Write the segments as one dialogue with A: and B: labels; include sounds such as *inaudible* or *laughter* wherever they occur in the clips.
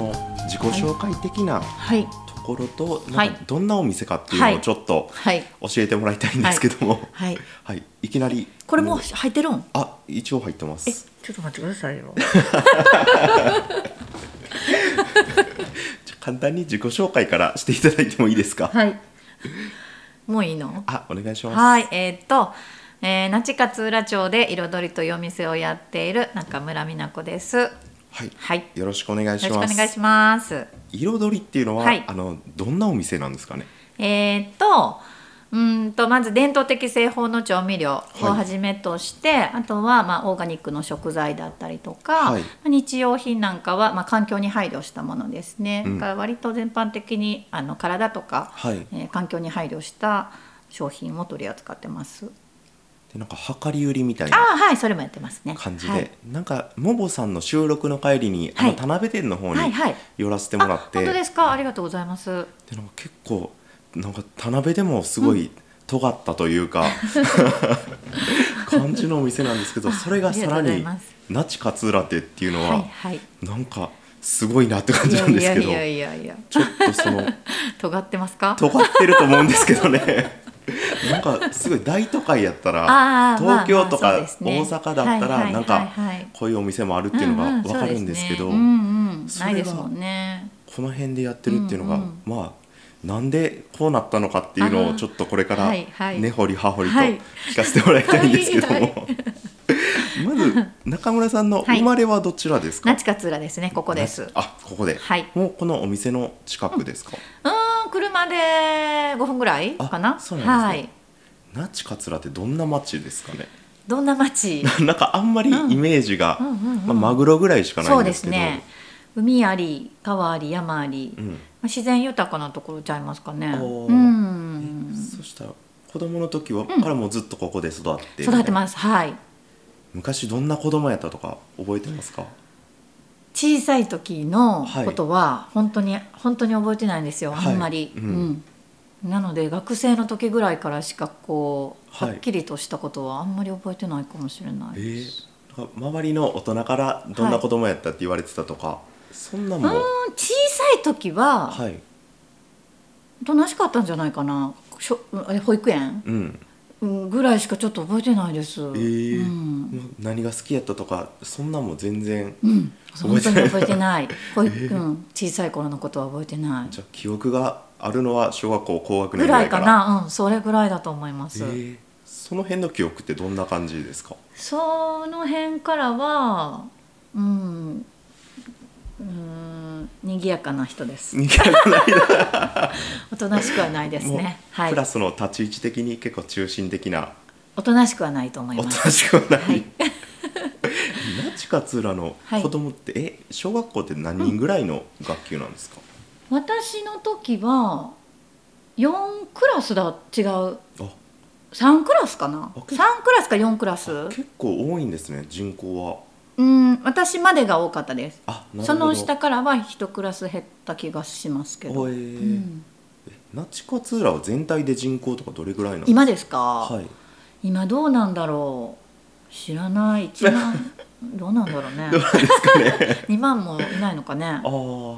A: ご紹介的な
B: はい
A: ところと、
B: は
A: なん
B: い
A: かどんなお店かっていうの
B: は
A: を
B: い
A: ちょっと
B: はい
A: 教えてもらいたいんですけど *laughs* も、はい
B: はい
A: い、きなり
B: これもう入ってるん
A: あ一応入ってま
B: え
A: す
B: ちょっと待ってくださいよ
A: じゃあ簡単に自己紹介からしていただいてもいいですか、
B: はい *laughs* もういいの
A: あお願いします、
B: はい、えーっと、えー、那智勝浦町で彩りと夜店をやっている中村美奈子です。よ
A: はい
B: はい
A: よろしくお願い
B: ろし
A: し
B: くお
A: ます
B: 願いします。
A: 彩りっていうのは、
B: はい
A: あのどんなお店なんですかね
B: えーっと、うーんとまず伝統的製法の調味料をはじめとして、あとはまあオーガニックの食材だったりとか、
A: はい
B: まあ日用品なんかはまあ環境に配慮したものですね。
A: うん
B: だから割と全般的にあの体とか、
A: はい
B: えー環境に配慮した商品を取り扱ってます。
A: でなんか量り売りみたい
B: あ
A: な
B: あはい、それもやってますね。
A: 感じで、
B: はい
A: なんかもぼさんの収録の帰りに、あ
B: は
A: の
B: い
A: 田辺店の方に
B: はいはい
A: 寄らせてもらっ
B: あ
A: て、
B: 本当ですかありがとうございます
A: でなんか結構なんか田辺でもすごい尖ったという
B: *laughs*
A: か、感じのお店なんですけどそれがさら
B: あ
A: に
B: りがとうございます
A: 那智勝浦店っていうのは、
B: はいはい
A: なんかすごいなって感
B: い
A: じな
B: や
A: んで
B: い
A: す
B: や
A: けど
B: いやいやいや
A: ちょっとその
B: 尖ってますか
A: 尖ってると思うんですけどね
B: *laughs*
A: なんかすごい大都会やったら
B: あーまあ
A: 東京と
B: ま
A: か
B: あそう
A: 大
B: ですね
A: 阪だった
B: はい
A: ら
B: はい
A: なんか
B: はいはい
A: こういうお店もあるっていうのが
B: う
A: わ
B: う
A: かるんですけど
B: そうねうんうん
A: それ
B: な
A: が
B: いですもんね
A: この辺でやってるっていうのが、
B: うんうん
A: まあなんでこうなったのかっていうの
B: あ
A: を
B: ー
A: ちょっとこれから
B: はいはい
A: 根掘り葉掘りと
B: はい
A: 聞かせてもらいたいんですけども、
B: はいは
A: *laughs* まず中村さんの
B: はい
A: 生まれはどちらですか、
B: 那智勝浦ですねここですう
A: あここで、
B: はい
A: もうこのお店の近くですか、
B: ーん車で5分ぐらいか
A: あ
B: な
A: そうなん
B: は
A: です
B: い
A: ね那智勝ってどんな町ですかね *laughs*
B: どんな町
A: なんかあんまりイメージが、
B: うんうんうんうん
A: まあ、マグロぐらいしかな
B: そ
A: い
B: うん
A: で
B: ですす
A: けど
B: ね海あり川あり山あり、
A: う
B: ま
A: ん
B: あ自然豊かなところちゃいますかね
A: おー
B: うん
A: そしたら子供の時は、からもうずっとここで育って
B: 育って
A: す
B: ますはい
A: 昔どんな子供やったとか覚えてますか、
B: 小さい時の
A: はい
B: ことは本当に、本当に覚えてないんですよ、
A: はい
B: あんまり、
A: う
B: うんんなので学生の時ぐらいからしかこう、
A: はい
B: はっきりとしたことはあんまり覚えてないかもしれない
A: え
B: で
A: ー
B: す、
A: なんか周りの大人からどんな子供やったって言われてたとか、そんなんも、
B: うん小さい時は、
A: はい
B: おとなしかったんじゃないかなしょうんえ保育園
A: うん
B: うんぐらいしかちょっと覚えてないです、
A: えー
B: うん、
A: ま何が好きやったとかそんなんも全然、
B: うん、
A: 覚え
B: 本
A: て
B: 当
A: ない
B: に覚えてない保育、うん、小さい頃のことは覚えてな
A: *laughs*
B: い
A: じゃあ記憶があるのは小学校高学年
B: ぐ
A: ぐら
B: らい
A: いか
B: からな、うん、それぐらいだと思います、
A: えーその辺の記憶ってどんな感じですか
B: その辺からはうんうん賑やかな人です
A: 似てない
B: おとなしくはないです
A: もう
B: ねはい
A: プラスの立ち位置的に結構中心的な
B: おとなしくはないと思い
A: お
B: ま
A: と
B: す
A: なしくはない、 *laughs*
B: はい
A: 那智勝浦の子供って、え小学校って何人ぐらいの学級なんですか、
B: 私の時は4クラスだ違う
A: あ
B: 3クラスかな
A: あ
B: 3クラスか4クラス
A: 結構多いんですね人口は
B: うん私までが多かったです
A: あなるほど
B: その下からは1クラス減った気がしますけど、
A: おえ
B: う
A: ー
B: ん
A: え那智勝浦は全体で人口とかどれぐらいなの
B: 今ですか、
A: はい
B: 今どうなんだろう知らない1万どうなんだろうね
A: *laughs* どうなんですか
B: *laughs*
A: ね
B: 2万もいないのかね
A: ああ、
B: う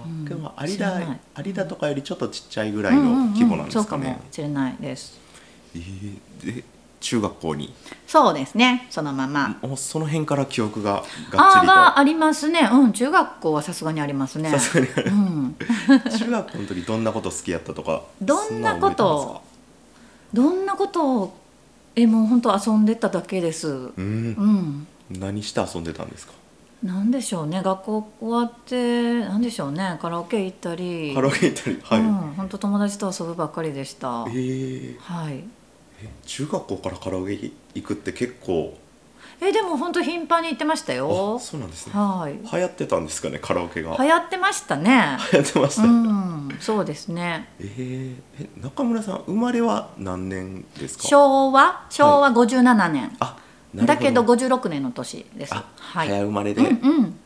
B: ん
A: でも有
B: 知らな
A: 田
B: い
A: 有田とかよりちょっとちっちゃいぐらいの規模なんですかね、
B: うんうんうんそうかもしれないです
A: えーで中学校に
B: そうですねそのまま
A: もうその辺から記憶ががっ
B: あ
A: ち
B: あ
A: り
B: ま
A: と
B: あありますねうん中学校はさすがにありますね
A: さすがに
B: うん、
A: *laughs* 中学校の時どんなこと好きやったとか
B: どんなこと
A: そ
B: どんなことをえもう本当遊んでただけですうん
A: なん覚えてますかうん
B: ん
A: 何して遊んでたんですか
B: なんでしょうね学校終わってなんでしょうねカラオケ行ったり
A: カラオケ行ったりはい、
B: うん本当友達と遊ぶばっかりでした
A: えー
B: はい
A: え中学校からカラオケ行くって結構
B: えでも本当頻繁に行ってました
A: あ
B: よ
A: そうなんですね
B: はい
A: 流行ってたんですかねカラオケが
B: 流行ってましたね
A: 流行ってまし
B: う
A: た、
B: んそうですね
A: えーえ中村さん生まれは何年ですか
B: 昭和昭和57年、
A: あなるほ
B: だけど56年の年です
A: あ、
B: はい
A: 早生まれで、
B: うんうん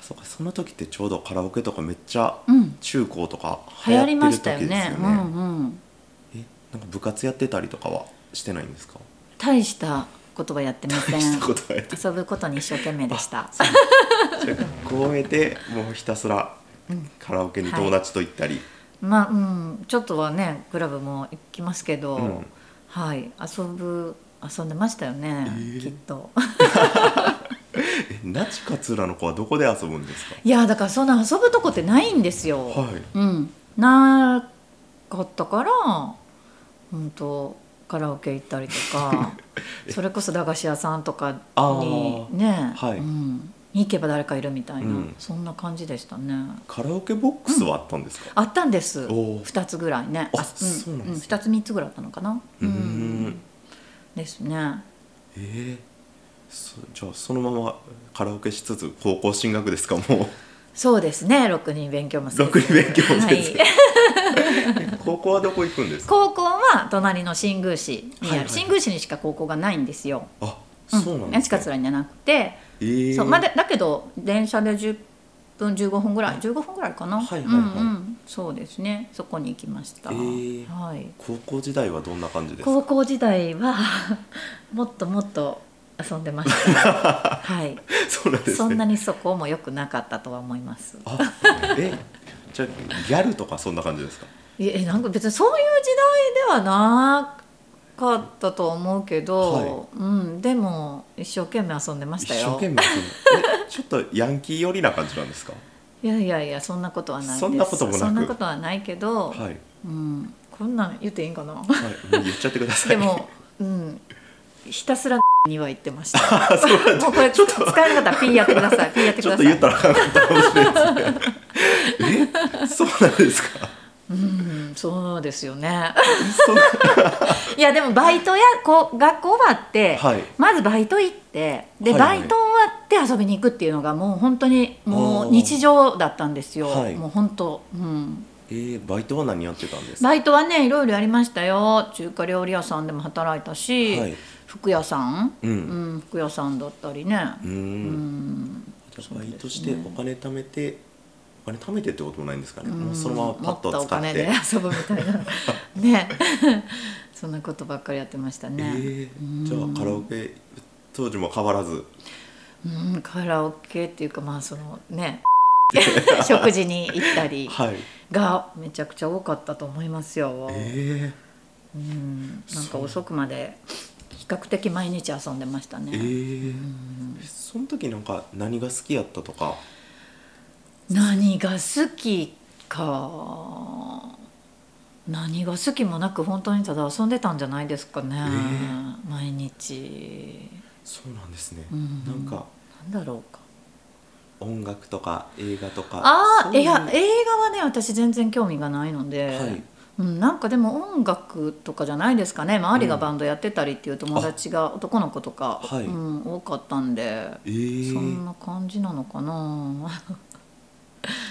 A: そうかその時ってちょうどカラオケとかめっちゃ
B: うん
A: 中高とか
B: 流行りまし
A: って
B: た
A: る
B: よ
A: 時
B: ね
A: ですよね
B: うんうん
A: えなんか部活やってたりとかはしてないんですか
B: 大したことはやってませ
A: *laughs*
B: ん
A: 大したことはやって
B: 遊ぶことに一生懸命でした
A: 公園でもうひたすらカラオケに友達と行ったり、
B: まあうんちょっとはねクラブも行きますけど、
A: うん
B: はい遊ぶ遊んでましたよね、
A: ええ
B: きっと
A: え那智勝浦の子はどこで遊ぶんです
B: いやだからそんな遊ぶとこってないんですよ、
A: かはい
B: うんなかったから本当カラオケ行ったりと
A: *laughs*
B: かそれこそ駄菓子屋さんとかにね、
A: あーはい
B: うん、に行けば誰かいるみたいな、
A: うん
B: そんな感じでしたね
A: カラオケボックスはあったんですか、
B: あったんです
A: おー
B: 2つぐらいね
A: あ
B: あ
A: そうなんですね
B: 2つ3つぐらいあったのかな
A: うーん
B: ですね
A: えーそじゃあそのままカラオケしつつ高校進学です
B: *laughs*
A: かもう
B: そうですね6人勉強もせず
A: ろくに勉強もせず、
B: はい *laughs*
A: 高校はどこ行くんですか
B: 高校は隣の新宮市にある、
A: はいはい
B: 新宮市にしか高校がないんですよ
A: あそうなんです
B: か
A: か、
B: つらにじゃなくて
A: えー、
B: そうまあ、でだけど電車で10分15分ぐらい15分ぐらいかな
A: はいはいはい
B: うんうん、そうですねそこに行きました、
A: えー
B: はい、
A: 高校時代はどんな感じですか
B: 高校時代は *laughs* もっともっと遊んでました
A: *laughs*
B: はい
A: そうなんですね
B: そんなにそこも良くなかったとは思います
A: あえじゃあギャルとかそんな感じですか
B: いえなんか別にそういう時代ではなかったと思うけど、うん、でも一生懸命遊んでまし
A: 一
B: たよ
A: 生懸命遊んでえちょっとヤンキー寄りな感じなんですか
B: いやいやいやそんなことはないです
A: そんなこともなく
B: そんなことはないけど、
A: はい、はい、
B: うん、こんなん言っていいん
A: *laughs*
B: かな
A: もう言っちゃってください
B: でも、うん、ひたすらには言ってました
A: *laughs* あそうなんだ
B: *laughs* もうこれちょっと使えなかったらピーやってくだ
A: *laughs*
B: さいピーやってく
A: ちょ
B: だ
A: っと
B: さい
A: 言ったらあかんかったかもしれないですねえそうなんです
B: *laughs*
A: か
B: うんそうですよね *laughs*
A: そう
B: いやでもバイトやこう学校終わって、
A: はい
B: まずバイト行ってで、
A: はいはい
B: バイト終わって遊びに行くっていうのがもう本当にも
A: お
B: う
A: ー
B: 日常だったんですよ、
A: はい
B: もう本当うん
A: えー、バイトは何やってたんですか
B: バイトはねいろいろやりましたよ中華料理屋さんでも働いたし、
A: はい
B: 服屋さん、
A: うん
B: うん服屋さんだったりね、
A: うーん
B: うん
A: じゃあバイトしてお金貯めて、お金貯めてってこともないんですかね、もうそのままパッと
B: 持った
A: 使
B: お
A: っ
B: 金
A: て
B: で遊ぶみたいなね *laughs* そんなことばっかりやってました
A: え
B: ね、
A: ーじゃあカラオケ当時も変わらず
B: うんカラオケっていうかまあその
A: *laughs*
B: ね食事に行ったり
A: はい
B: がめちゃくちゃ多かったと思いますよ、
A: え
B: うん、なんか
A: そう
B: 遅くまで比較的毎日遊んでましたね
A: ー、えーその時なんか何が好きやったとか
B: 何が好きか何が好きもなく本当にただ遊んでたんじゃないですかね、
A: え
B: 毎日
A: そうなんですね、
B: うん
A: なんか
B: なんだろうか
A: 音楽とか映画とか
B: あ
A: そ
B: あ
A: う
B: いうや映画はね私全然興味がないので、
A: はい
B: うん、なんかでも音楽とかじゃないですかね周りがバンドやってたりっていう友達が男の子とか、
A: はい
B: うん、多かったんで、
A: えー、
B: そんな感じなのかな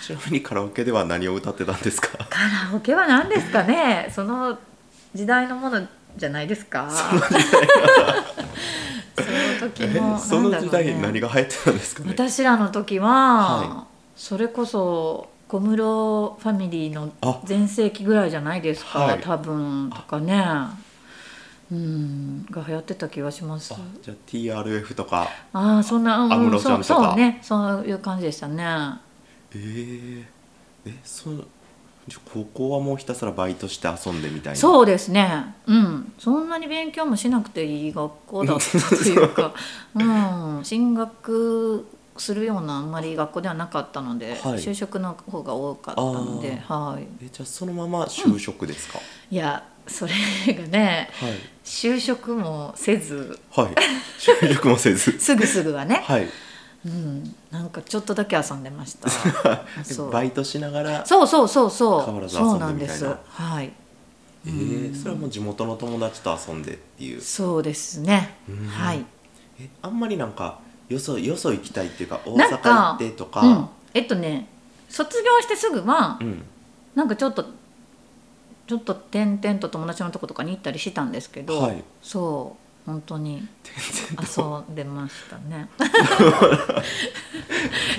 A: ちなみにカラオケでは何を歌ってたんですか
B: カラオケは何ですかね *laughs* その時代のものじゃないです
A: *laughs*
B: かその時
A: え
B: の
A: その時代 *laughs*
B: なんだろうね
A: 何が流行ってたんですかね
B: 私らの時は、
A: は
B: それこそ小室ファミリーの
A: あ
B: 全盛期ぐらいじゃないですか、
A: はい
B: 多分とかねうんが流行ってた気がします
A: あじゃあ TRF とか
B: ああそんなうん
A: 安室
B: うん
A: ちゃん
B: そう
A: とか
B: そうねそういう感じでしたね
A: えー、えそのじゃあ高校はもうひたすらバイトして遊んでみたいなう
B: そうですねうんそんなに勉強もしなくていい学校だったとい
A: *laughs*
B: うかうん進学するようなあんまり学校ではなかったので、
A: はい
B: 就職の方が多かったのではい
A: えじゃあそのまま就職ですか、
B: いやそれがね就職もせず
A: はい *laughs* はい就職もせず
B: すぐすぐはね、
A: はい
B: うん、なんかちょっとだけ遊んでました *laughs*
A: *laughs*
B: そう
A: バイトしながら
B: そうそうそうそう
A: 変わらず遊んで
B: そうなんです
A: みたい
B: はい
A: えー、それはもう地元の友達と遊んでっていう
B: そうですね
A: うん
B: はい
A: えあんまりなんかよそよそ行きたいっていうか大
B: なん
A: 阪
B: か
A: 行ってとか
B: うん、えっとね卒業してすぐは
A: うん
B: なんかちょっとちょっと点々と友達のとことかに行ったりしたんですけど、
A: はい *laughs*
B: そう本当に
A: 全然
B: 遊んでましたね *laughs*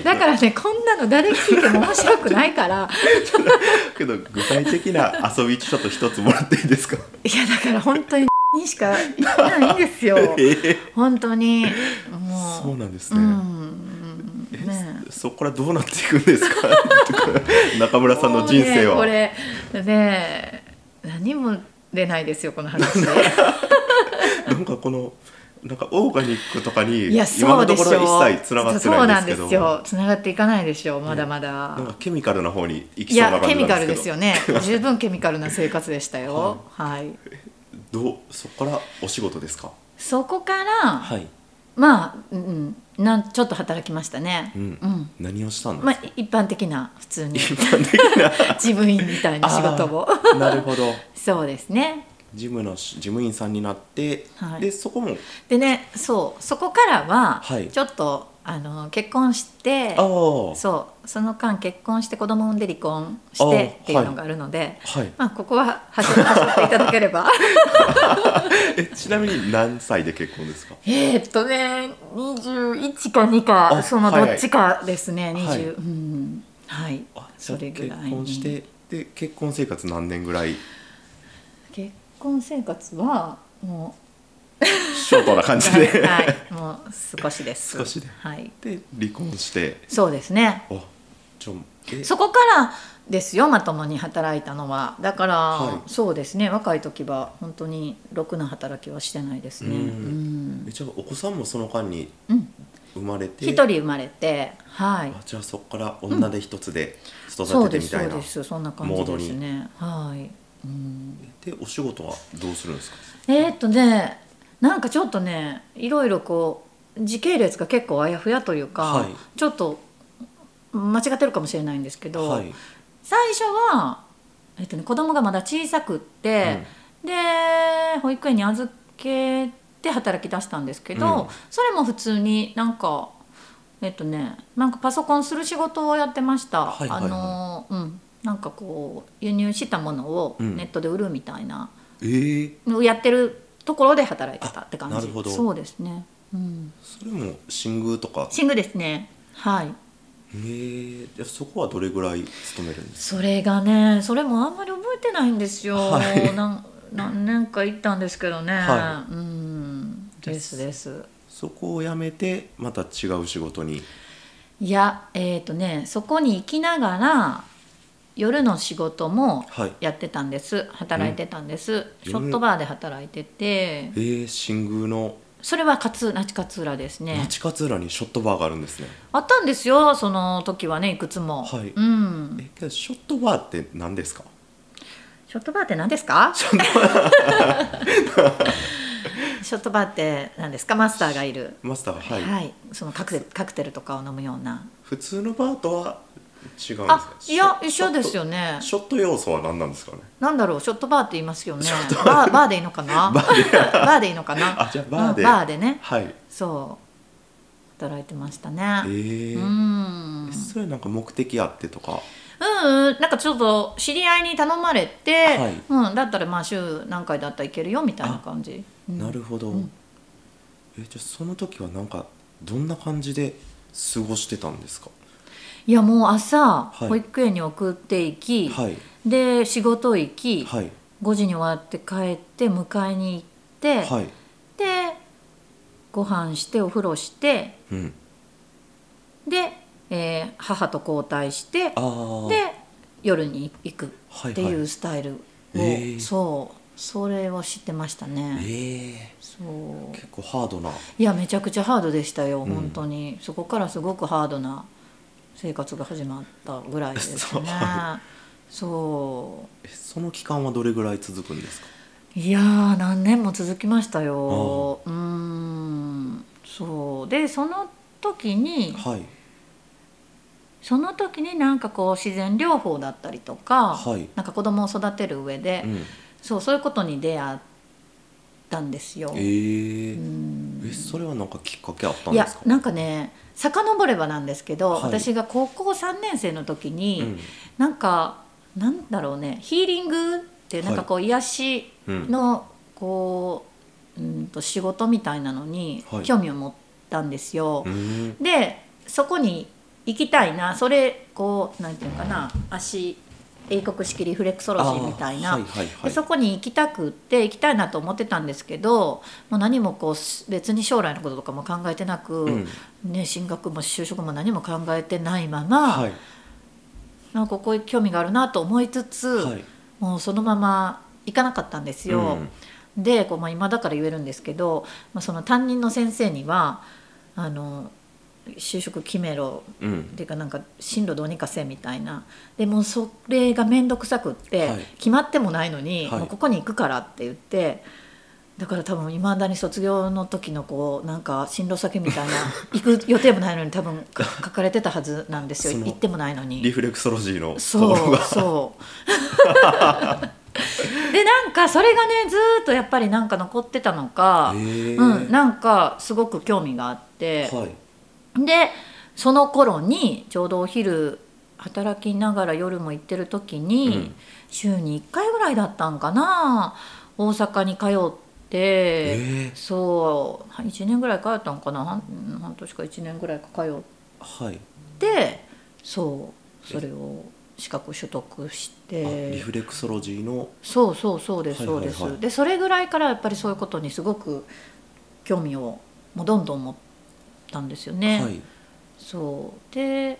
B: だからねこんなの誰聞いても面白くないから
A: けど具体的な遊びちょっと一つもらっていいですか *laughs*
B: いやだから本当ににしか言ってないんですよ
A: えー
B: 本当に
A: そう
B: もう
A: なんです
B: う
A: ね、
B: ん
A: え、
B: ね
A: そこからどうなっていくんです
B: *laughs*
A: かとか中村さんの人生は、
B: もうねこれね何も出ないですよこの話
A: なんかこのなんかオーガニックとかに
B: いや
A: 今
B: そ
A: の
B: う
A: と
B: でし
A: こ
B: ょ
A: ろは一切つながって
B: そう
A: な
B: ない
A: ん
B: ん
A: で
B: ですす
A: けど
B: よつながっていかないでしょうまだま
A: なんか
B: だ、
A: ケミカルな方に行き
B: い
A: そうな
B: や
A: 感
B: ケ
A: じ
B: ミ
A: な
B: カ
A: ん
B: ル
A: で
B: です
A: け
B: す
A: ど
B: よね *laughs* 十分ケミカルな生活でしたよはい
A: どうそこからお仕事ですか
B: そこから、
A: はい、
B: まあ、うん、なんちょっと働きましたね、
A: うん何をしたんです
B: ま
A: か、
B: あい一般的な普通
A: *laughs*
B: に
A: 一般的な
B: 事務員みたいな *laughs* 仕事を
A: なるほど
B: *laughs* そうですね
A: 事務のし事務員さんになって、
B: はい
A: でそこも
B: でねそうそこからは
A: はい
B: ちょっと、あの結婚して
A: ああは
B: そうその間結婚して子供産んで離婚してっていうのがあるので、
A: い
B: まあここは走らせていただければ
A: えちなみに何歳で結婚ですか
B: *laughs* えーっとね21か2か
A: あ
B: その
A: は
B: ど
A: いはい
B: っちかですね、
A: はい
B: 20うんはい
A: あじゃ
B: そ
A: あ
B: れぐ
A: 結
B: らいに
A: 婚してで結婚生活何年ぐらい
B: 結婚生活はも
A: ショートな感
B: う、
A: じ
B: はい、
A: で
B: はいもう少しです。
A: 少しで
B: はい。
A: で離婚して
B: そうですね。
A: あちょえ
B: そこからですよまともに働いたのはだから、
A: はい
B: そうですね若い時は本当にろくな働きはしてないですね。う
A: うん
B: ん
A: えじゃあお子さんもその間に
B: うん
A: 生まれて
B: 一人生まれてはい
A: あじゃあそこから女で一つで
B: そ
A: 育
B: う
A: てて
B: で
A: み
B: すそ
A: たいうな、
B: ですそんな感じですね。はい。うん
A: でお仕事はどうするんですか
B: えーっとねなんかちょっとねいろいろこう時系列が結構あやふやというか、
A: はい
B: ちょっと間違ってるかもしれないんですけど、
A: はい、
B: 最初は、えっとね、子供がまだ小さくって、で保育園に預けて働き出したんですけど、
A: うん
B: それも普通になんか。えっとね、なんかパソコンする仕事をやってました、
A: はいはいはい
B: あのうんなんかこう輸入したものを
A: うん
B: ネットで売るみたいな
A: うん、えー、
B: やってるところで働いてたって感じ
A: あなるほど
B: そうですね、うん、
A: それも新宮とか
B: シングですねはい
A: えー、でそこはどれぐらい勤めるんです
B: それがねそれもあんまり覚えてないんですよ、
A: はい
B: なん何年か行ったんですけどね、
A: は
B: うんですです
A: そこを辞めてまた違う仕事に
B: いやえっ、とねそこに行きながら夜の仕事も
A: はい
B: やってたんです働いてたんです、シ
A: 夜
B: ョットバーで働いてて
A: えー、新宮の
B: それは勝那智勝浦ですね
A: 那智勝浦にショットバーがあるんですね、
B: あったんですよその時はねいくつも、
A: はい
B: うん
A: えけどショットバーって何ですか
B: ショットバーって何ですか？ショット *laughs* バーって何ですか？マスターがいる。
A: マスターはは、
B: はいい、そのカクテルカクテルとかを飲むような。
A: 普通のバーとは違うん
B: あ、
A: ですか
B: いや一緒ですよ
A: ね
B: ね。
A: ショット要素は何なんですかね
B: なんだろう、ショットバーって言いますよね。バーバーでいいのかな？ *laughs* バーでいいのかな？
A: あじゃあバーで
B: うんバーでね。
A: はい
B: そう働いてました
A: え
B: ね。
A: ー
B: うん。うん
A: それなんか目的あってとか
B: うん、なんかちょっと知り合いに頼まれて、
A: はい
B: うん、だったらまあ週何回だったらいけるよみたいな感じ。うん
A: なるほど、
B: うん
A: えじゃあその時はなんかどんな感じで過ごしてたんですか
B: いやもう朝
A: い
B: 保育園に送っていき、
A: はい
B: で仕事行き、
A: はい
B: 5時に終わって帰って迎えに行って、
A: はい
B: でご飯してお風呂して
A: うん
B: で、えー母と交代してで
A: ああ
B: 夜に行く
A: はい
B: って
A: はい
B: いうスタイルを、
A: えー
B: そうそれを知ってましたね。
A: ええ
B: そう
A: 結構ハードない
B: やめちゃくちゃハードでしたよ、
A: うん
B: 本当にそこからすごくハードな生活が始まったぐらいで
A: *laughs*
B: す
A: そ
B: ね
A: う
B: そ
A: えその期間はどれぐらい続くんですか
B: ういやー何年も続きましたようーんそうでその時に
A: はい
B: その時になんかこう自然療法だったりとか、
A: はい
B: なんか子供を育てる上で、
A: うん
B: そうそういうことに出会ったんですよ、
A: ええ
B: うん
A: えそれはなんかきっかけあったん
B: い
A: で
B: や
A: すか
B: なんかね遡ればなんですけど、
A: はい
B: 私が高校3年生の時に、
A: うん
B: なんかなんだろうねヒーリングっていうなんかこう、癒し
A: うん
B: のこううんと仕事みたいなのに
A: はい
B: 興味を持ったんですよ。
A: うん
B: でそこに行きたいなそれこうなんていうのかな足英国式リフレクソロジーみたいな、
A: あーはいはいは
B: で
A: い
B: そこに行きたくって行きたいなと思ってたんですけどもう何もこう別に将来のこととかも考えてなく、
A: うん
B: ね、進学も就職も何も考えてないまま、
A: はい
B: なんかここに興味があるなと思いつつ、
A: はい
B: もうそのまま行かなかったんですよ。でこう、まあ、今だから言えるんですけど、まあ、その担任の先生にはあの就職決めろ
A: うんうん
B: っていうかなんか進路どうにかせみたいなでもうそれが面倒くさくって、
A: はい
B: 決まってもないのに、
A: はい
B: もうここに行くからって言ってだから多分いまだに卒業の時のこうなんか進路先みた
A: *laughs*
B: いな行く予定もないのに多分か書かれてたはずなんですよ
A: その
B: 行ってもないのに
A: リ。フレクソロジーのところ
B: そう
A: が
B: そ
A: *laughs*
B: うでなんかそれがねずーっとやっぱりなんか残ってたのか、
A: へえ
B: うん、なんかすごく興味があって、
A: はい
B: でその頃にちょうどお昼働きながら夜も行ってる時に、
A: うん
B: 週に1回ぐらいだったんかな大阪に通って、
A: ええ
B: そう1年ぐらい通ったんかな半半年か1年ぐらいか通
A: はい
B: ってそうそれを資格取得し
A: あリ
B: て
A: フレクソロジーの
B: そうそうそうですそうで
A: は
B: す、
A: いはいはい
B: でそれぐらいからやっぱりそういうことにすごく興味をもうどんどん持ったんですよね。
A: はい
B: そうで、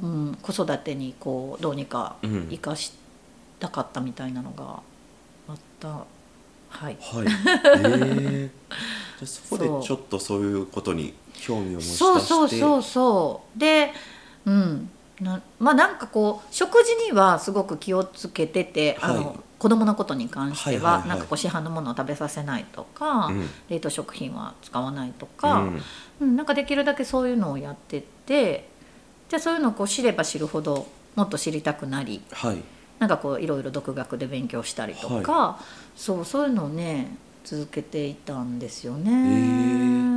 B: うん、子育てにこうどうにか
A: うん
B: 生かしたかったみたいなのがあった、は
A: はい
B: い *laughs*
A: ええじゃあそこで
B: そう
A: ちょっとそういうことに興味を持ち出して
B: そうそうそううそうでうんなまあなんかこう食事にはすごく気をつけてて、あ
A: はい
B: の子供のことに関し
A: は
B: ては,、
A: いはいはい
B: なんかこう市販のものを食べさせないとか、
A: ん
B: 冷凍食品は使わないとか、
A: うん
B: うん、なんかできるだけそういうのをやってってじゃあそういうのをこう知れば知るほどもっと知りたくなり
A: はい
B: なんかこういろいろ独学で勉強したりとか、そうそういうのをね続けていたんですよね。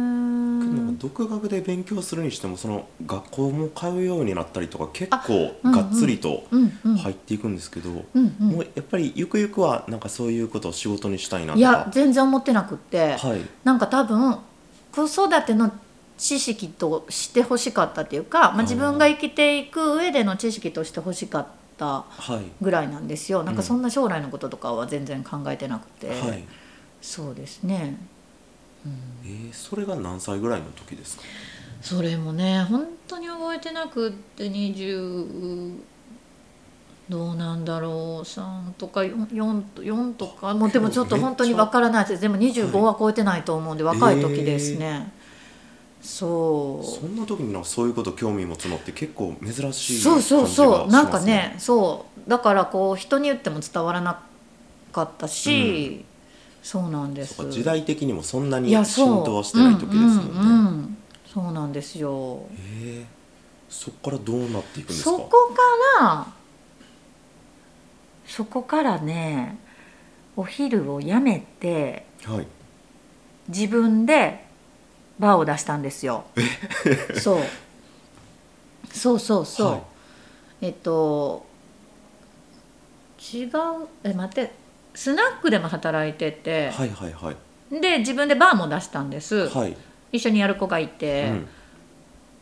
A: なんか独学で勉強するにしてもその学校も通うようになったりとか結構
B: あうんうん
A: がっつりと
B: うんうん
A: 入っていくんですけど、
B: うんうん
A: もうやっぱりゆくゆくはなんかそういうことを仕事にしたいなとか
B: いや全然思ってなくって、
A: はい
B: なんか多分子育ての知識としてほしかったっていうか、まあ、自分が生きていく上での知識としてほしかった
A: はい
B: ぐらいなんですよなん
A: う
B: か
A: ん
B: そんな将来のこととかは全然考えてなくて、
A: はい
B: そうですね
A: えー、それが何歳ぐらいの時ですか
B: それもね本当に覚えてなくって20どうなんだろう3とか 4, 4, と4とかもうでもちょっと本当にわからないですでも25は超えてないと思うんで若い時ですね、そう
A: そんな時になんかそういうこと興味持つのって結構珍しい
B: そうそうそう、
A: 感じが
B: な
A: し
B: んか
A: ます
B: ねそうだからこう人に言っても伝わらなかったし、そうなんです
A: そうか時代的にもそんなに
B: いやそう
A: 浸透はしてない時ですもんね
B: うんうんうんそうなんですよ
A: えーそこからどうなっていくんですか
B: そこからそこからねお昼をやめて
A: はい
B: 自分でバーを出したんですよ *laughs* そうそうそうそう、
A: はい
B: えっと違うえ待ってスナックでも働いてて、
A: はいはいはい
B: で自分でバーも出したんです、
A: はい、
B: 一緒にやる子がいて、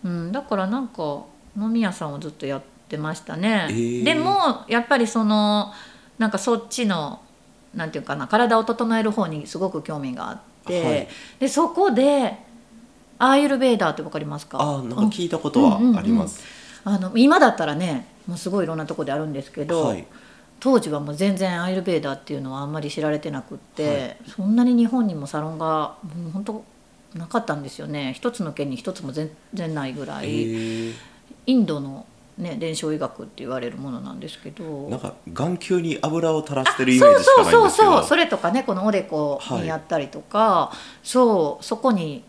A: うん
B: うん、だからなんか飲み屋さんをずっとやってましたね、
A: えー
B: でもやっぱりそのなんかそっちのなんていうかな体を整える方にすごく興味があって、
A: はい
B: でそこでアーユルベーダーってわかりますか
A: ああなんか聞いたことはあります、
B: あの今だったらねもうすごいいろんなとこであるんですけど、
A: はい
B: 当時はもう全然アーユルベーダーっていうのはあんまり知られてなくって、
A: は
B: そんなに日本にもサロンがもう本当なかったんですよね一つの県に一つも全然ないぐら
A: え
B: い。
A: ー
B: インドの、ね、伝承医学って言われるものなんですけど
A: なんか眼球に油を垂らしてるイメ
B: そ
A: ー
B: う
A: ジしか
B: そう
A: ないん
B: そう
A: ですけど
B: そうそれとかねこのおでこにやったりとか、そうそこに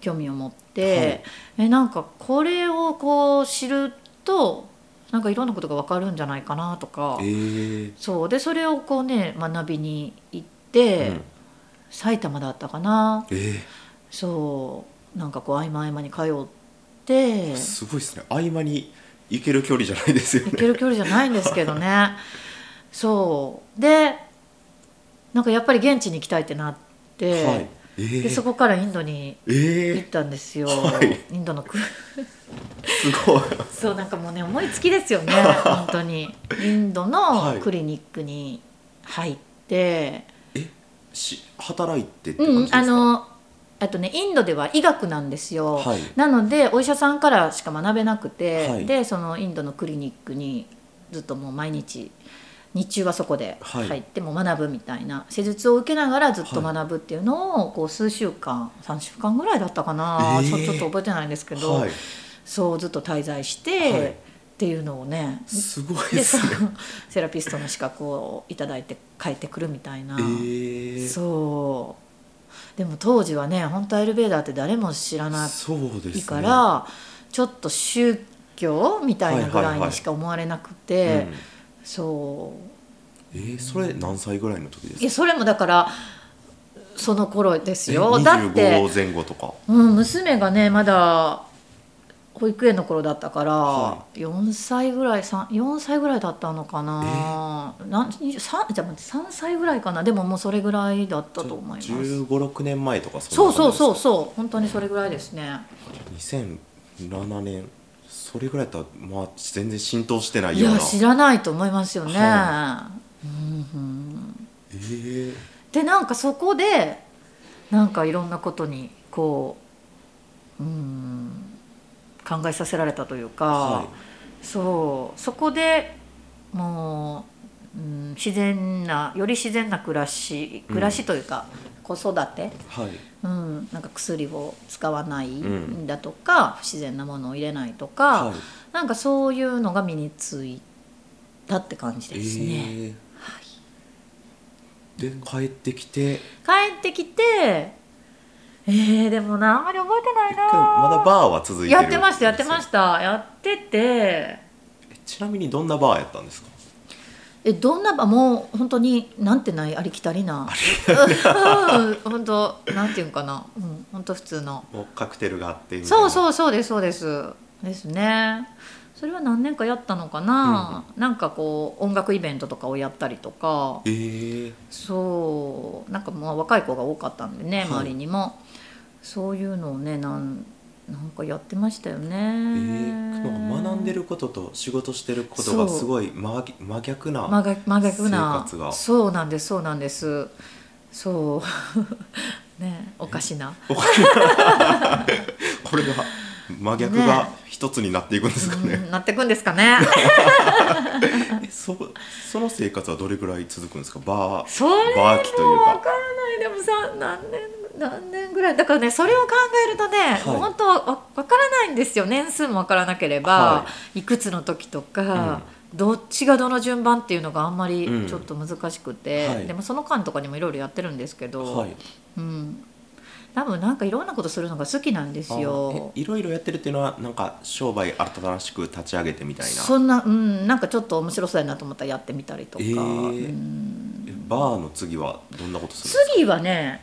B: 興味を持って、えなんかこれをこう知るとなんかいろんなことが分かるんじゃないかなとか、
A: えー
B: そうでそれをこうね学びに行って、
A: うん
B: 埼玉だったかな
A: えー
B: そうなんかこう合間合間に通って。
A: すごいですね合間に行ける距離じゃないですよ
B: 行
A: ね
B: ける距離じゃないんですけどねそうでなんかやっぱり現地に行きたいってなって、
A: はいえー、
B: でそこからインドに
A: え
B: 行っ
A: ー
B: たんですよ、
A: はい
B: インドのく
A: すごい
B: *laughs* そうなんかもうね思いつきで
A: *laughs*
B: すよね本当にインドの
A: はい
B: クリニックに入って、
A: し働いてって
B: う
A: 感
B: ん
A: じですか、
B: あのあとねインドでは医学なんですよ、
A: はい
B: なのでお医者さんからしか学べなくて、
A: はい
B: でそのインドのクリニックにずっともう毎日日中はそこで
A: はい
B: 入っても学ぶみたいな、施術を受けながらずっと
A: はい
B: 学ぶっていうのをこう数週間3週間ぐらいだったかな、
A: えー
B: ちょちょっと覚えてないんですけど、
A: はい
B: そうずっと滞在して、
A: はい
B: っていうのをね
A: すごい
B: で
A: で
B: そ
A: す
B: の
A: ね
B: セラピストの資格をいただいて帰ってくるみたいな。
A: えー、
B: そうでも当時はね本当エルベーダーって誰も知らな
A: そうですね
B: いから、ちょっと宗教みたいなぐ
A: はい
B: らい
A: はいはい
B: にしか思われなくて、
A: うん
B: そう
A: えー、それ何歳ぐらいの時です
B: い
A: か
B: やそれもだからその頃です
A: え
B: よだって、
A: 25前後とか
B: うん、娘がねまだ保育園の頃だったから、
A: は
B: 4歳ぐらいさん4歳ぐらいだったのかな,、なんさじゃあ待って3歳ぐらいかなでももうそれぐらいだったと思います。
A: 1 5六年前とかそ
B: そ
A: ん
B: う
A: な感じ
B: そう
A: です
B: そ
A: か
B: うそう本当にそれぐらいですね
A: 2007年それぐらいだったらまあ全然浸透してない
B: い
A: ような
B: や知らないと思いますよね、
A: は
B: うんうん
A: えー、
B: でなんかそこでなんかいろんなことにこう、うん、考えさせられたというか、
A: は
B: そうそこでもう、うん、自然なより自然な暮らし暮らしというか、子育て
A: いはい
B: うん、なんか薬を使わない
A: ん
B: だとか、不自然なものを入れないとか、
A: はい
B: なんかそういうのが身についたって感じ
A: え
B: ですね。
A: ーで帰ってきて
B: 帰ってきてえー、でもなあんまり覚えてない
A: 一回まだバ
B: な
A: ーは続いてる
B: やってましたやってましたやってて
A: えちなみにどんなバーやったんですか
B: えどんなばもう本当になんてないありきたりな *laughs* うん本当なんていうんかな、うん、本当普通の
A: もうカクテルがあってみたい
B: そう
A: な
B: そうそうですそうですですねそれは何年かやったのかな、なんかこう音楽イベントとかをやったりとか
A: えー、
B: そうなんかまあ若い子が多かったんでね
A: はい
B: 周りにも、そういうのをねなんなんかやってましたよ
A: え
B: ね、
A: ー、なんか学んでることと仕事してることがすごい真逆真逆な、
B: 真逆真逆
A: 生活が
B: なそうなんですそうなんですそう *laughs* ねおかしな、
A: これが真逆が一つになっていくんですかね
B: うんなってくんですかね
A: えそその生活はどれぐらい続くんですかバー
B: それ
A: バーキという
B: わ
A: か
B: からないでもさ何年何年ぐらいだからねそれを考えるとね、
A: い
B: もう本当わわからないんですよ年数もわからなければ、、
A: はい
B: くつの時とか、どっちがどの順番っていうのがあんま
A: う
B: り
A: ん
B: ちょっと難しくて、
A: はい
B: でもその間とかにもいろいろやってるんですけど、
A: はい
B: うん、多分なんかいろんなことするのが好きなんですよ
A: あ。えいろいろやってるっていうのはなんか商売新しく立ち上げてみたいな
B: そんな、うん、なんかちょっと面白そうやなと思ったらやってみたりとか、
A: えー
B: うん
A: えバーの次はどんなことするんです
B: 次はね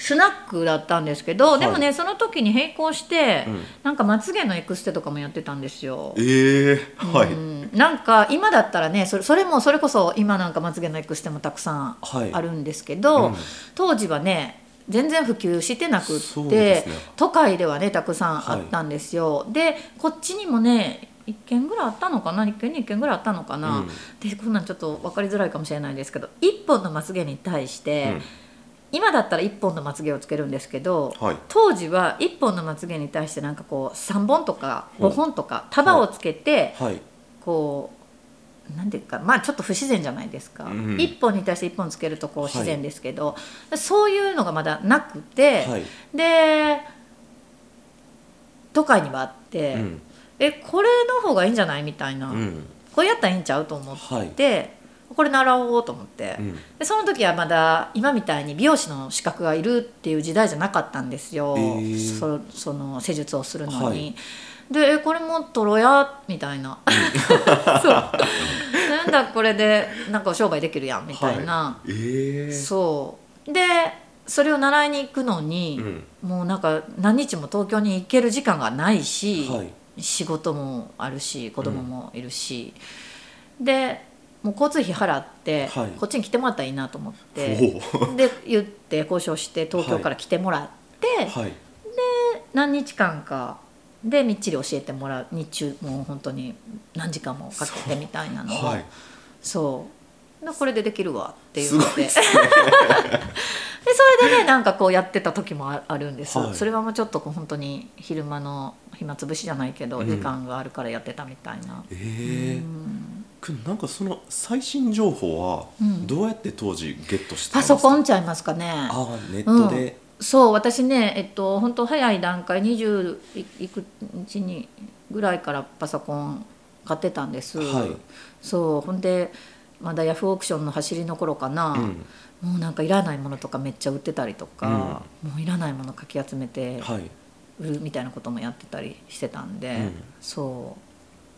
B: スナックだったんですけど、
A: はい
B: でもねその時に並行して、
A: うん
B: なんかまつげのエクステとかもやってたんですよ。
A: えー、はい、
B: うんなんか今だったらねそれそれもそれこそ今なんかまつげのエクステもたくさん
A: はい
B: あるんですけ
A: う
B: ど、
A: ん
B: 当時はね全然普及してなくっ
A: そう
B: て、
A: ですね
B: 都会ではねたくさんあったんですよ、でこっちにもね1軒ぐらいあったのかな1軒に1軒ぐらいあったのかな、でこんなんちょっと分かりづらいかもしれないですけど1本のまつげに対し
A: う
B: て、
A: ん
B: 今だったら1本のまつげをつけるんですけど、
A: はい
B: 当時は1本のまつげに対してなんかこう3本とか5本とか束をつけて
A: はい
B: こうなんていうかまあちょっと不自然じゃないですか、
A: うん
B: 1本に対して1本つけるとこう
A: はい
B: 自然ですけど、そういうのがまだなくて、
A: はい、
B: で都会にはあって、
A: うん
B: えこれの方がいいんじゃないみたいな、
A: うん
B: これやったらいいんちゃうと思って、
A: はい
B: これ習おうと思って。
A: うん
B: でその時はまだ今みたいに美容師の資格がいるっていう時代じゃなかったんですよ、
A: へー
B: そその施術をするのに。
A: はい
B: でえこれも取ろうやみたい
A: *laughs*
B: なそうなんだこれでなんか商売できるやんみたいな、
A: はい、えー、
B: そうでそれを習いに行くのに、
A: ん
B: もうなんか何日も東京に行ける時間がないし、
A: はい
B: 仕事もあるし子供もいるし、でもう交通費払って、
A: はい
B: こっちに来てもらったらいいなと思って
A: おお
B: で
A: *laughs*
B: 言って交渉して東京から来てもらって、
A: はい
B: 何日間かでみっちり教えてもらう日中もう本当に何時間もかけてみたいなのを
A: はい
B: そうだこれでできるわっていう
A: す
B: の
A: ご
B: で
A: いで
B: *laughs* です
A: ね
B: それでねなんかこうやってた時もああるんです、
A: はい
B: それはもうちょっとこう本当に昼間の暇つぶしじゃないけど、
A: うん
B: 時間があるからやってたみたいな、
A: えー
B: うん
A: くんなんかその最新情報は
B: うん
A: どうやって当時ゲットしてたんで
B: パ
A: すか
B: ソコンちゃいますかね
A: ああネットで、
B: そう私ねえっと本当早い段階20いいく日にぐらいからパソコン買ってたんです、
A: はい
B: そうほんでまだヤフーオークションの走りの頃かな、
A: うん
B: もうなんかいらないものとかめっちゃ売ってたりとか、もういらないものかき集めて
A: はい
B: 売るみたいなこともやってたりしてたんで、
A: うん
B: そ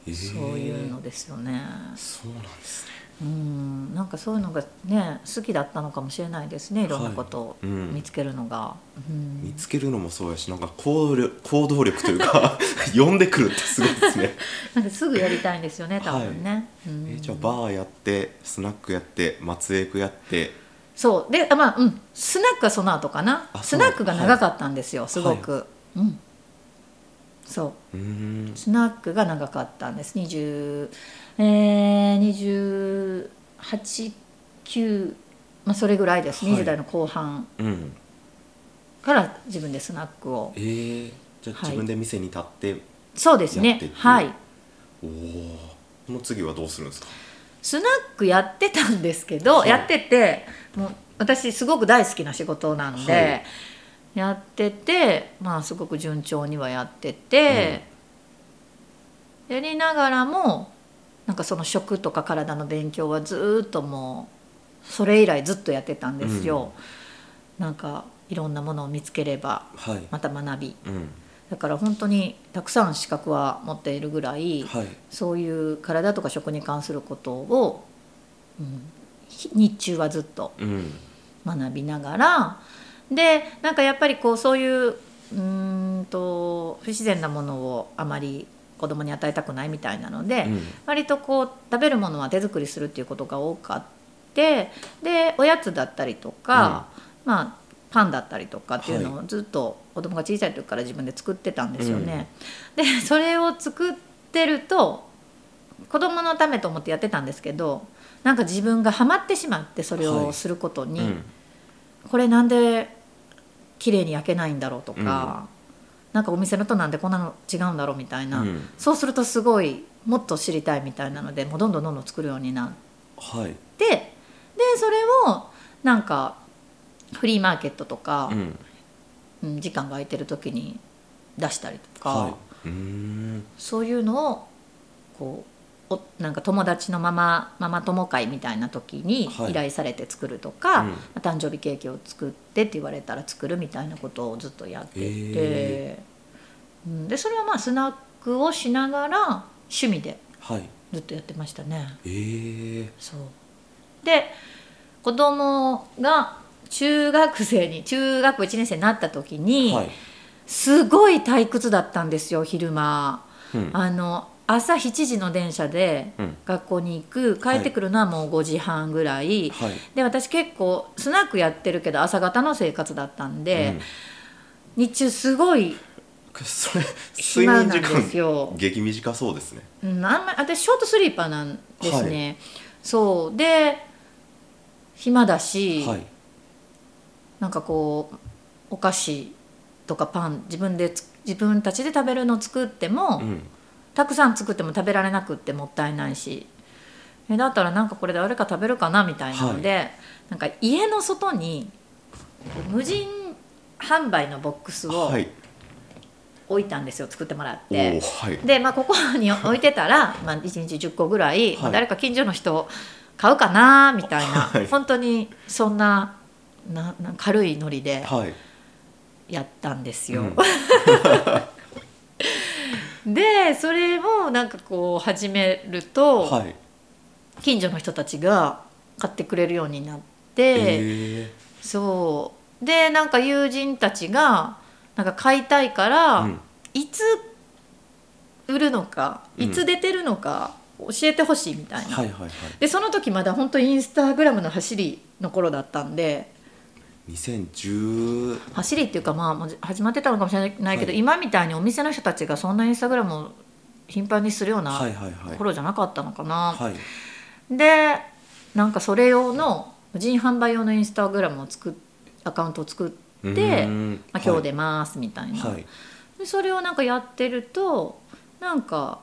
A: え
B: う
A: ー
B: そういうのですよね、
A: そうなんですね
B: うんなんかそういうのがね好きだったのかもしれないですねいろんなことを
A: はいうん
B: 見つけるのが、うん
A: 見つけるのもそうやしなんか行動力行動力という
B: *laughs*
A: か呼んでくるってすごいですね、
B: なんかすぐやりたいんですよね多分ね、うん
A: えーじゃあバーやってスナックやって松江区やって
B: そうであまあうんスナックはその後かな
A: あ
B: ス
A: そう
B: ナックが長かったんですよ、すごく、うんそう
A: うーん
B: スナックが長かったんです20えー、289まあそれぐらいです、
A: はい
B: 20代の後半
A: うん
B: から自分でスナックを
A: えー、じゃあ
B: はい
A: 自分で店に立って、
B: そうです
A: やってて
B: ねはい
A: おおその次はどうするんですか
B: スナックやってたんですけど、
A: はい
B: やっててもう私すごく大好きな仕事なんで、
A: はい
B: やっててまあすごく順調にはやってて、やりながらもなんかその食とか体の勉強はずーっともうそれ以来ずっとやってたんですよ。なんかいろんなものを見つければ
A: はい
B: また学び
A: うん
B: だから本当にたくさん資格は持っているぐらい、
A: はい
B: そういう体とか食に関することを、うんひ日中はずっと
A: うん
B: 学びながらでなんかやっぱりこうそういううーんと不自然なものをあまり子供に与えたくないみたいなので、
A: うん
B: 割とこう食べるものは手作りするっていうことが多かってでおやつだったりとか、まあパンだったりとかっていうのをずっと子供が小さい時から自分で作ってたんですよね。でそれを作ってると子供のためと思ってやってたんですけどなんか自分がハマってしまってそれをすることに、
A: うん
B: これなんで綺麗に焼けないんだろうとか、なんかお店のとなんでこんなの違うんだろうみたいな、
A: うん
B: そうするとすごいもっと知りたいみたいなのでもうどんどんどんどん作るようになっ
A: はい
B: てでそれをなんかフリーマーケットとか
A: う、ん
B: うん時間が空いてる時に出したりとか、
A: はい、うーん
B: そういうのをこうおなんか友達のママママ友会みたいな時に
A: はい
B: 依頼されて作るとか、
A: うん
B: 誕生日ケーキを作ってって言われたら作るみたいなことをずっとやっていて、
A: へ
B: うん、でそれはまあスナックをしながら趣味で
A: はい
B: ずっとやってましたね。
A: えー、
B: そうで子供が中学生に中学校1年生になった時に、
A: はい、
B: すごい退屈だったんですよ昼間。
A: うん、
B: あの朝7時の電車で
A: うん
B: 学校に行く帰ってくるのはもう5時半ぐらい、
A: はい
B: で私結構スナックやってるけど朝方の生活だったんで、日中すごい
A: うん、それ睡
B: 暇な
A: 眠時
B: んです
A: 間
B: よ。
A: 激短そうですね
B: うん、あんまり私ショートスリーパーなんですね、そうで暇だし、
A: はい
B: なんかこうお菓子とかパン自分でつ自分たちで食べるの作っても、
A: うん
B: たくさん作っても食べられなくってもったいないしえだったらなんかこれ誰か食べるかなみたいなので、なんか家の外に無人販売のボックスを
A: はい
B: 置いたんですよ、作ってもらっ
A: お
B: て
A: お。はい
B: で、まあ、ここに置いてたら、 *laughs* まあ、1日10個ぐらい、まあ
A: はい
B: 誰か近所の人買うかなみたいな、
A: はい
B: 本当にそんななな軽いノリで
A: はい
B: やったんですよ。
A: うん
B: *laughs* でそれをなんかこう始めると、
A: はい
B: 近所の人たちが買ってくれるようになっ
A: え
B: て、
A: ー、
B: そうでなんか友人たちがなんか買いたいから、
A: うん
B: いつ売るのか
A: うん
B: いつ出てるのか教えてほしいみたいな、
A: はいはいはい
B: でその時まだ本当インスタグラムの走りの頃だったんで
A: 2010
B: 走りっていうかまあもう始まってたのかもしれないけど、
A: はい
B: 今みたいにお店の人たちがそんなインスタグラムを頻繁にするような
A: はいはいはい
B: 頃じゃなかったのかな、
A: はい
B: でなんかそれ用の無人販売用のインスタグラムを作っアカウントを作って、
A: う
B: で
A: ーん
B: まあ、今日出ますみたいな、
A: はいはい
B: でそれをなんかやってるとなんか、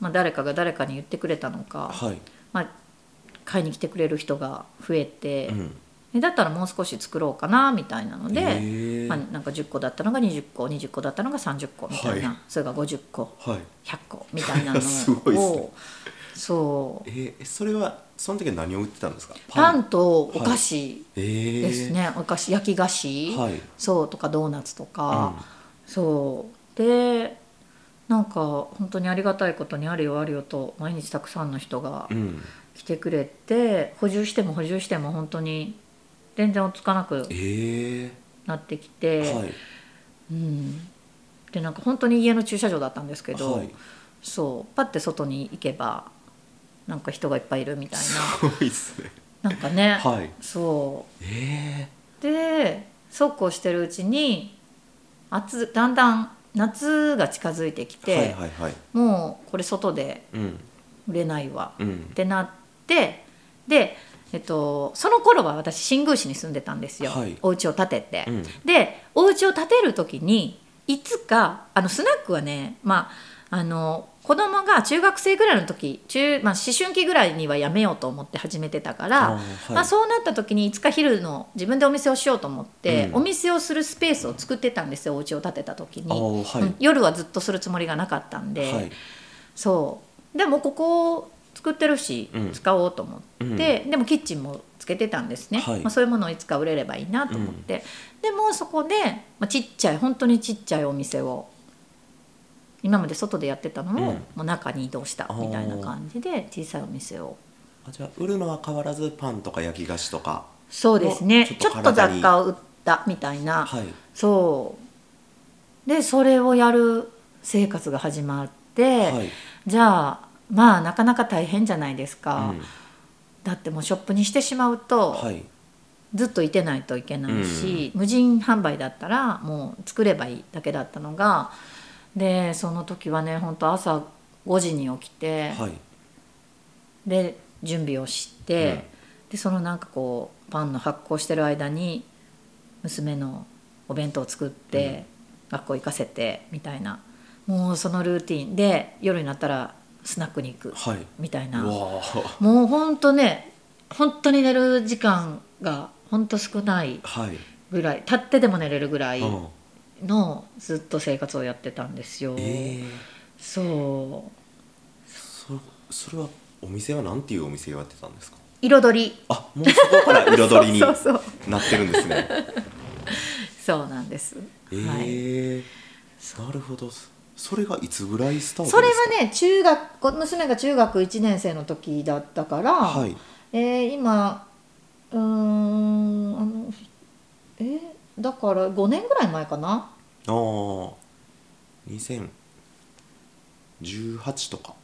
B: まあ、誰かが誰かに言ってくれたのか、
A: はい
B: まあ、買いに来てくれる人が増えて、
A: うん
B: でだったらもう少し作ろうかなみたいなので、
A: へー
B: まあ、なんか10個だったのが20個20個だったのが30個みたいな、
A: はい
B: それが50個
A: はい
B: 100個みたいなの
A: *laughs* すごいっすね
B: をそう
A: えーそれはその時は何を売ってたんですか
B: パンとお菓子
A: えー
B: ですね、お菓子焼き菓子、
A: はい
B: そうとかドーナツとか、そうでなんか本当にありがたいことにあるよあるよと毎日たくさんの人が
A: うんうん
B: 来てくれて補充しても補充しても本当に全然落ち着かなく
A: え
B: なってきて、
A: ーはい
B: うん、でなんか本当に家の駐車場だったんですけど、
A: はい
B: そうパッて外に行けばなんか人がいっぱいいるみたい
A: すごいっすね
B: ななんかね、
A: はい
B: そう
A: え
B: でそうこうしてるうちに暑だんだん夏が近づいてき
A: ー
B: て、
A: はいはいはい
B: もうこれ外で
A: うん
B: 売れないわ
A: う
B: っ
A: ん
B: てなってで、えっと、その頃は私新宮市に住んでたんですよ、
A: はい
B: お家を建てて。
A: うん
B: でお家を建てる時にいつかあのスナックはね、まあ、あの子供が中学生ぐらいの時中、まあ、思春期ぐらいにはやめようと思って始めてたから。
A: あーはい
B: まあ、そうなった時にいつか昼の自分でお店をしようと思って、
A: うん
B: お店をするスペースを作ってたんですよお家を建てた時
A: あ
B: に、
A: ーはい
B: うん夜はずっとするつもりがなかったんで、
A: はい
B: そうでもここを作ってるし、
A: うん
B: 使おうと思って、
A: うん
B: でもキッチンもつけてたんですね、
A: はい
B: まあ、そういうものをいつか売れればいいなと思って、でもうそこで、まあ、ちっちゃい本当にちっちゃいお店を今まで外でやってたのを、
A: うん
B: もう中に移動したみたいな感じで小さいお店を
A: あじゃあ売るのは変わらずパンとか焼き菓子とか
B: そうですね
A: ちょっ
B: ち
A: と
B: ょっと
A: 体
B: 雑
A: に
B: 貨を売ったみたいな、
A: はい
B: そうでそれをやる生活が始まって、
A: はい
B: じゃあまあなかなか大変じゃないです
A: う
B: か、
A: ん
B: だってもうショップにしてしまうと、
A: はい
B: ずっといてないといけないし、無人販売だったらもう作ればいいだけだったのがでその時はね本当朝5時に起きて、
A: はい
B: で準備をして、でそのなんかこうパンの発酵してる間に娘のお弁当を作って、学校行かせてみたいなもうそのルーティンで夜になったらスナックに行く
A: はい
B: みたいうな
A: わー
B: もうほんとね本当に寝る時間がほんと少ない
A: はい
B: ぐらい立ってでも寝れるぐらい
A: うん
B: のずっと生活をやってたんですよ。
A: ええ
B: そう
A: そそれはお店はなんていうお店をやってたんですか
B: 彩り
A: あもうそこから彩りに
B: *laughs* そうそうそう
A: なってるん
B: *laughs*
A: ですね
B: そうなんです。
A: ええなるほどそれがいつぐらいスタートです
B: そ
A: か
B: れはね中学娘が中学1年生の時だったから、
A: はい
B: えー今うーんあのえーだから5年ぐらい前かな
A: ああ2018とか、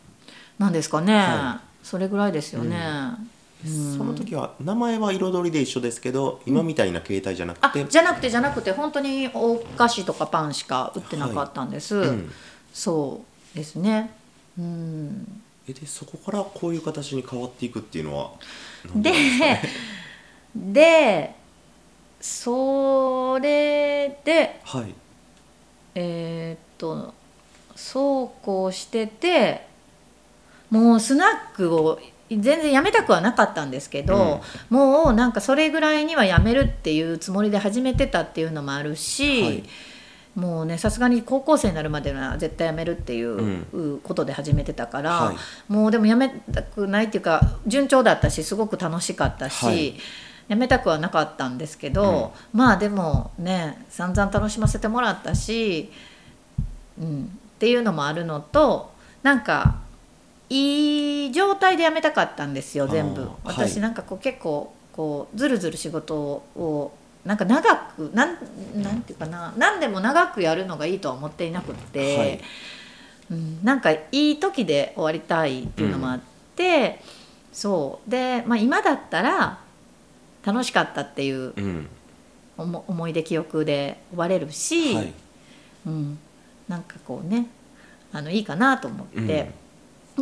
B: なんですかね、
A: は
B: それぐらいですよね、うん
A: その時は名前は彩りで一緒ですけど今みたいな携帯じゃなく
B: あ
A: て、
B: じゃなくてじゃなくて本当にお菓子とかパンしか売ってなかったんです、
A: うん、
B: そうですねうん
A: えでそこからこういう形に変わっていくっていうのはなん
B: で
A: か
B: でそれで
A: はい
B: えーっとそうこうしててもうスナックを全然やめたくはなかったんですけど、もうなんかそれぐらいにはやめるっていうつもりで始めてたっていうのもあるし、
A: はい
B: もうねさすがに高校生になるまでは絶対やめるっていうことで始めてたから、
A: はい
B: もうでもやめたくないっていうか順調だったしすごく楽しかったし、
A: はい
B: やめたくはなかったんですけど、まあでもね散々楽しませてもらったし、うん、っていうのもあるのとなんかいい状態でやめたかったんですよ全
A: あ
B: 部
A: ー。
B: 私
A: はい
B: なんかこう結構こうずるずる仕事をなんか長くなんなんていうかな何でも長くやるのがいいとは思っていなくって、
A: はい
B: うん、なんかいい時で終わりたいっていうのもあって、そうで、まあ、今だったら楽しかったっていう
A: うん
B: 思思い出記憶で終われるし、
A: はい
B: うん、なんかこうねあのいいかなと思っ
A: うん
B: て、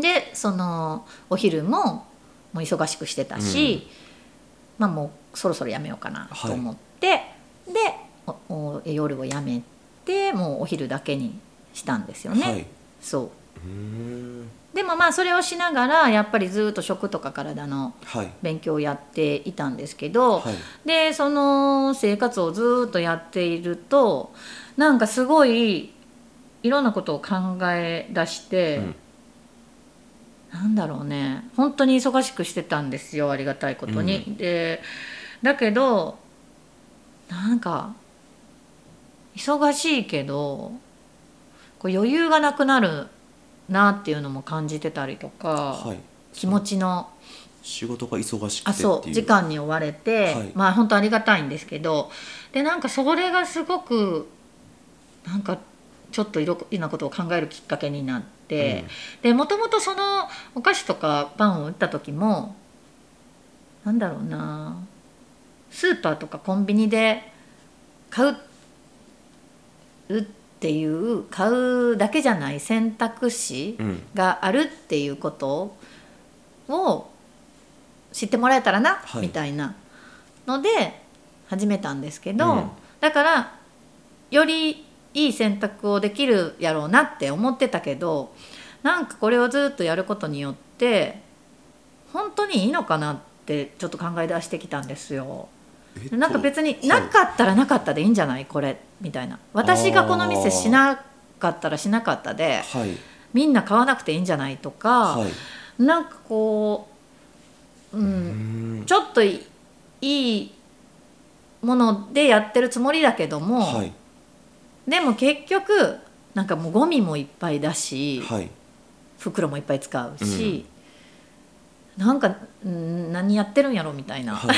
B: でそのお昼ももう忙しくしてたし、まあもうそろそろやめようかなと思って、でおお夜をやめてもうお昼だけにしたんですよね。
A: はいう
B: そ
A: ー
B: う
A: ん
B: でもまあそれをしながらやっぱりずっと食とか体の
A: はい
B: 勉強をやっていたんですけど、
A: はい
B: でその生活をずっとやっているとなんかすごいいろんなことを考え出して、
A: うん
B: なんだろうね本当に忙しくしてたんですよありがたいことに。
A: う
B: でだけどなんか忙しいけどこう余裕がなくなるなっていうのも感じてたりとか、
A: はい
B: 気持ちの。
A: 仕事が忙しくて
B: あ
A: っていう
B: そう時間に追われて、
A: はい
B: まあ本当ありがたいんですけどでなんかそれがすごくなんかちょっといろいろなことを考えるきっかけになって、でもともとそのお菓子とかパンを売った時もなんだろうなスーパーとかコンビニで買ううっていう買うだけじゃない選択肢、
A: うん、うん
B: があるっていうことを知ってもらえたらな、
A: はい
B: みたいなので始めたんですけど、
A: うん
B: だからよりいい選択をできるやろうなって思ってたけどなんかこれをずっとやることによって本当にいいのかなってちょっと考え出してきたんですよ。
A: えっと
B: なんか別に
A: はい
B: なかったらなかったでいいんじゃないこれみたいな私がこの店しなかったらしなかったで
A: はい
B: みんな買わなくていいんじゃないとか、
A: はい
B: なんかこう、う、
A: うんん
B: ちょっといいいものでやってるつもりだけども、
A: はい
B: でも結局なんかもうゴミもいっぱいだし、
A: はい
B: 袋もいっぱい使うし、なんか、うん、何やってるんやろみたいな、 *laughs*
A: はい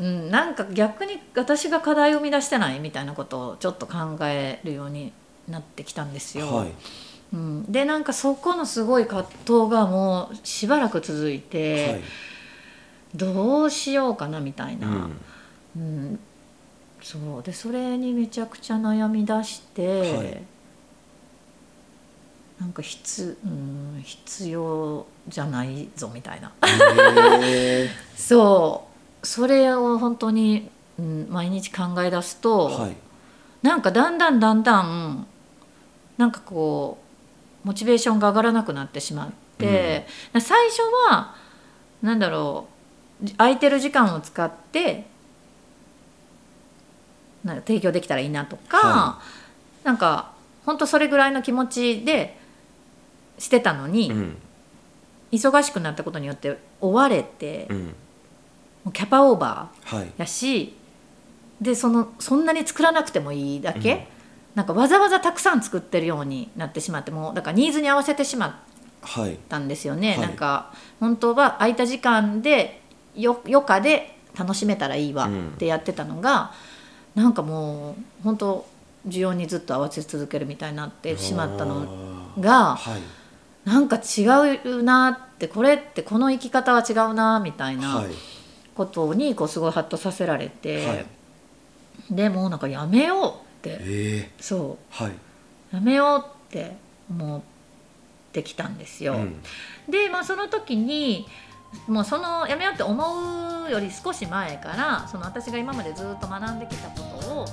B: うん、なんか逆に私が課題を生み出してないみたいなことをちょっと考えるようになってきたんです
A: う
B: よ。
A: んはい
B: うん、でなんかそこのすごい葛藤がもうしばらく続いて。
A: はい
B: どうしようかなみたいうな、
A: ん
B: うんそうでそれにめちゃくちゃ悩み出して、
A: はい
B: なんか必,、うん、必要じゃないぞみたいな *laughs*
A: へ
B: そうそれを本当に、うん、毎日考え出すと、
A: ーはい
B: なんかだんだんだんだんなんかこうモチベーションが上がらなくなってしまって、最初はなんだろうじ空いてる時間を使ってなんか提供できたらいいなとか、
A: は
B: なんかほんとそれぐらいの気持ちでしてたのに、
A: うん
B: 忙しくなったことによって追われて、
A: う
B: も
A: ん
B: うキャパオーバー
A: はい
B: やしでそのそんなに作らなくてもいいだけ、なんかわざわざたくさん作ってるようになってしまってもうだからニーズに合わせてしまっ
A: はい
B: たんですよね、
A: はい
B: なんか本当は空いた時間でよ余暇で楽しめたらいいわ
A: うん
B: ってやってたのが、なんかもう本当需要にずっと合わせ続けるみたいになってしまったの
A: あー
B: が
A: はい
B: なんか違うなってこれってこの生き方は違うなみたいな
A: はい
B: ことにこうすごいハッとさせられて。
A: はい
B: でもうなんかやめようって
A: え
B: そ
A: ーはいう
B: やめようって思ってきたんですよ、
A: うん
B: で、まあ、その時にもうそのやめようって思うより少し前からその私が今までずっと学んできたことを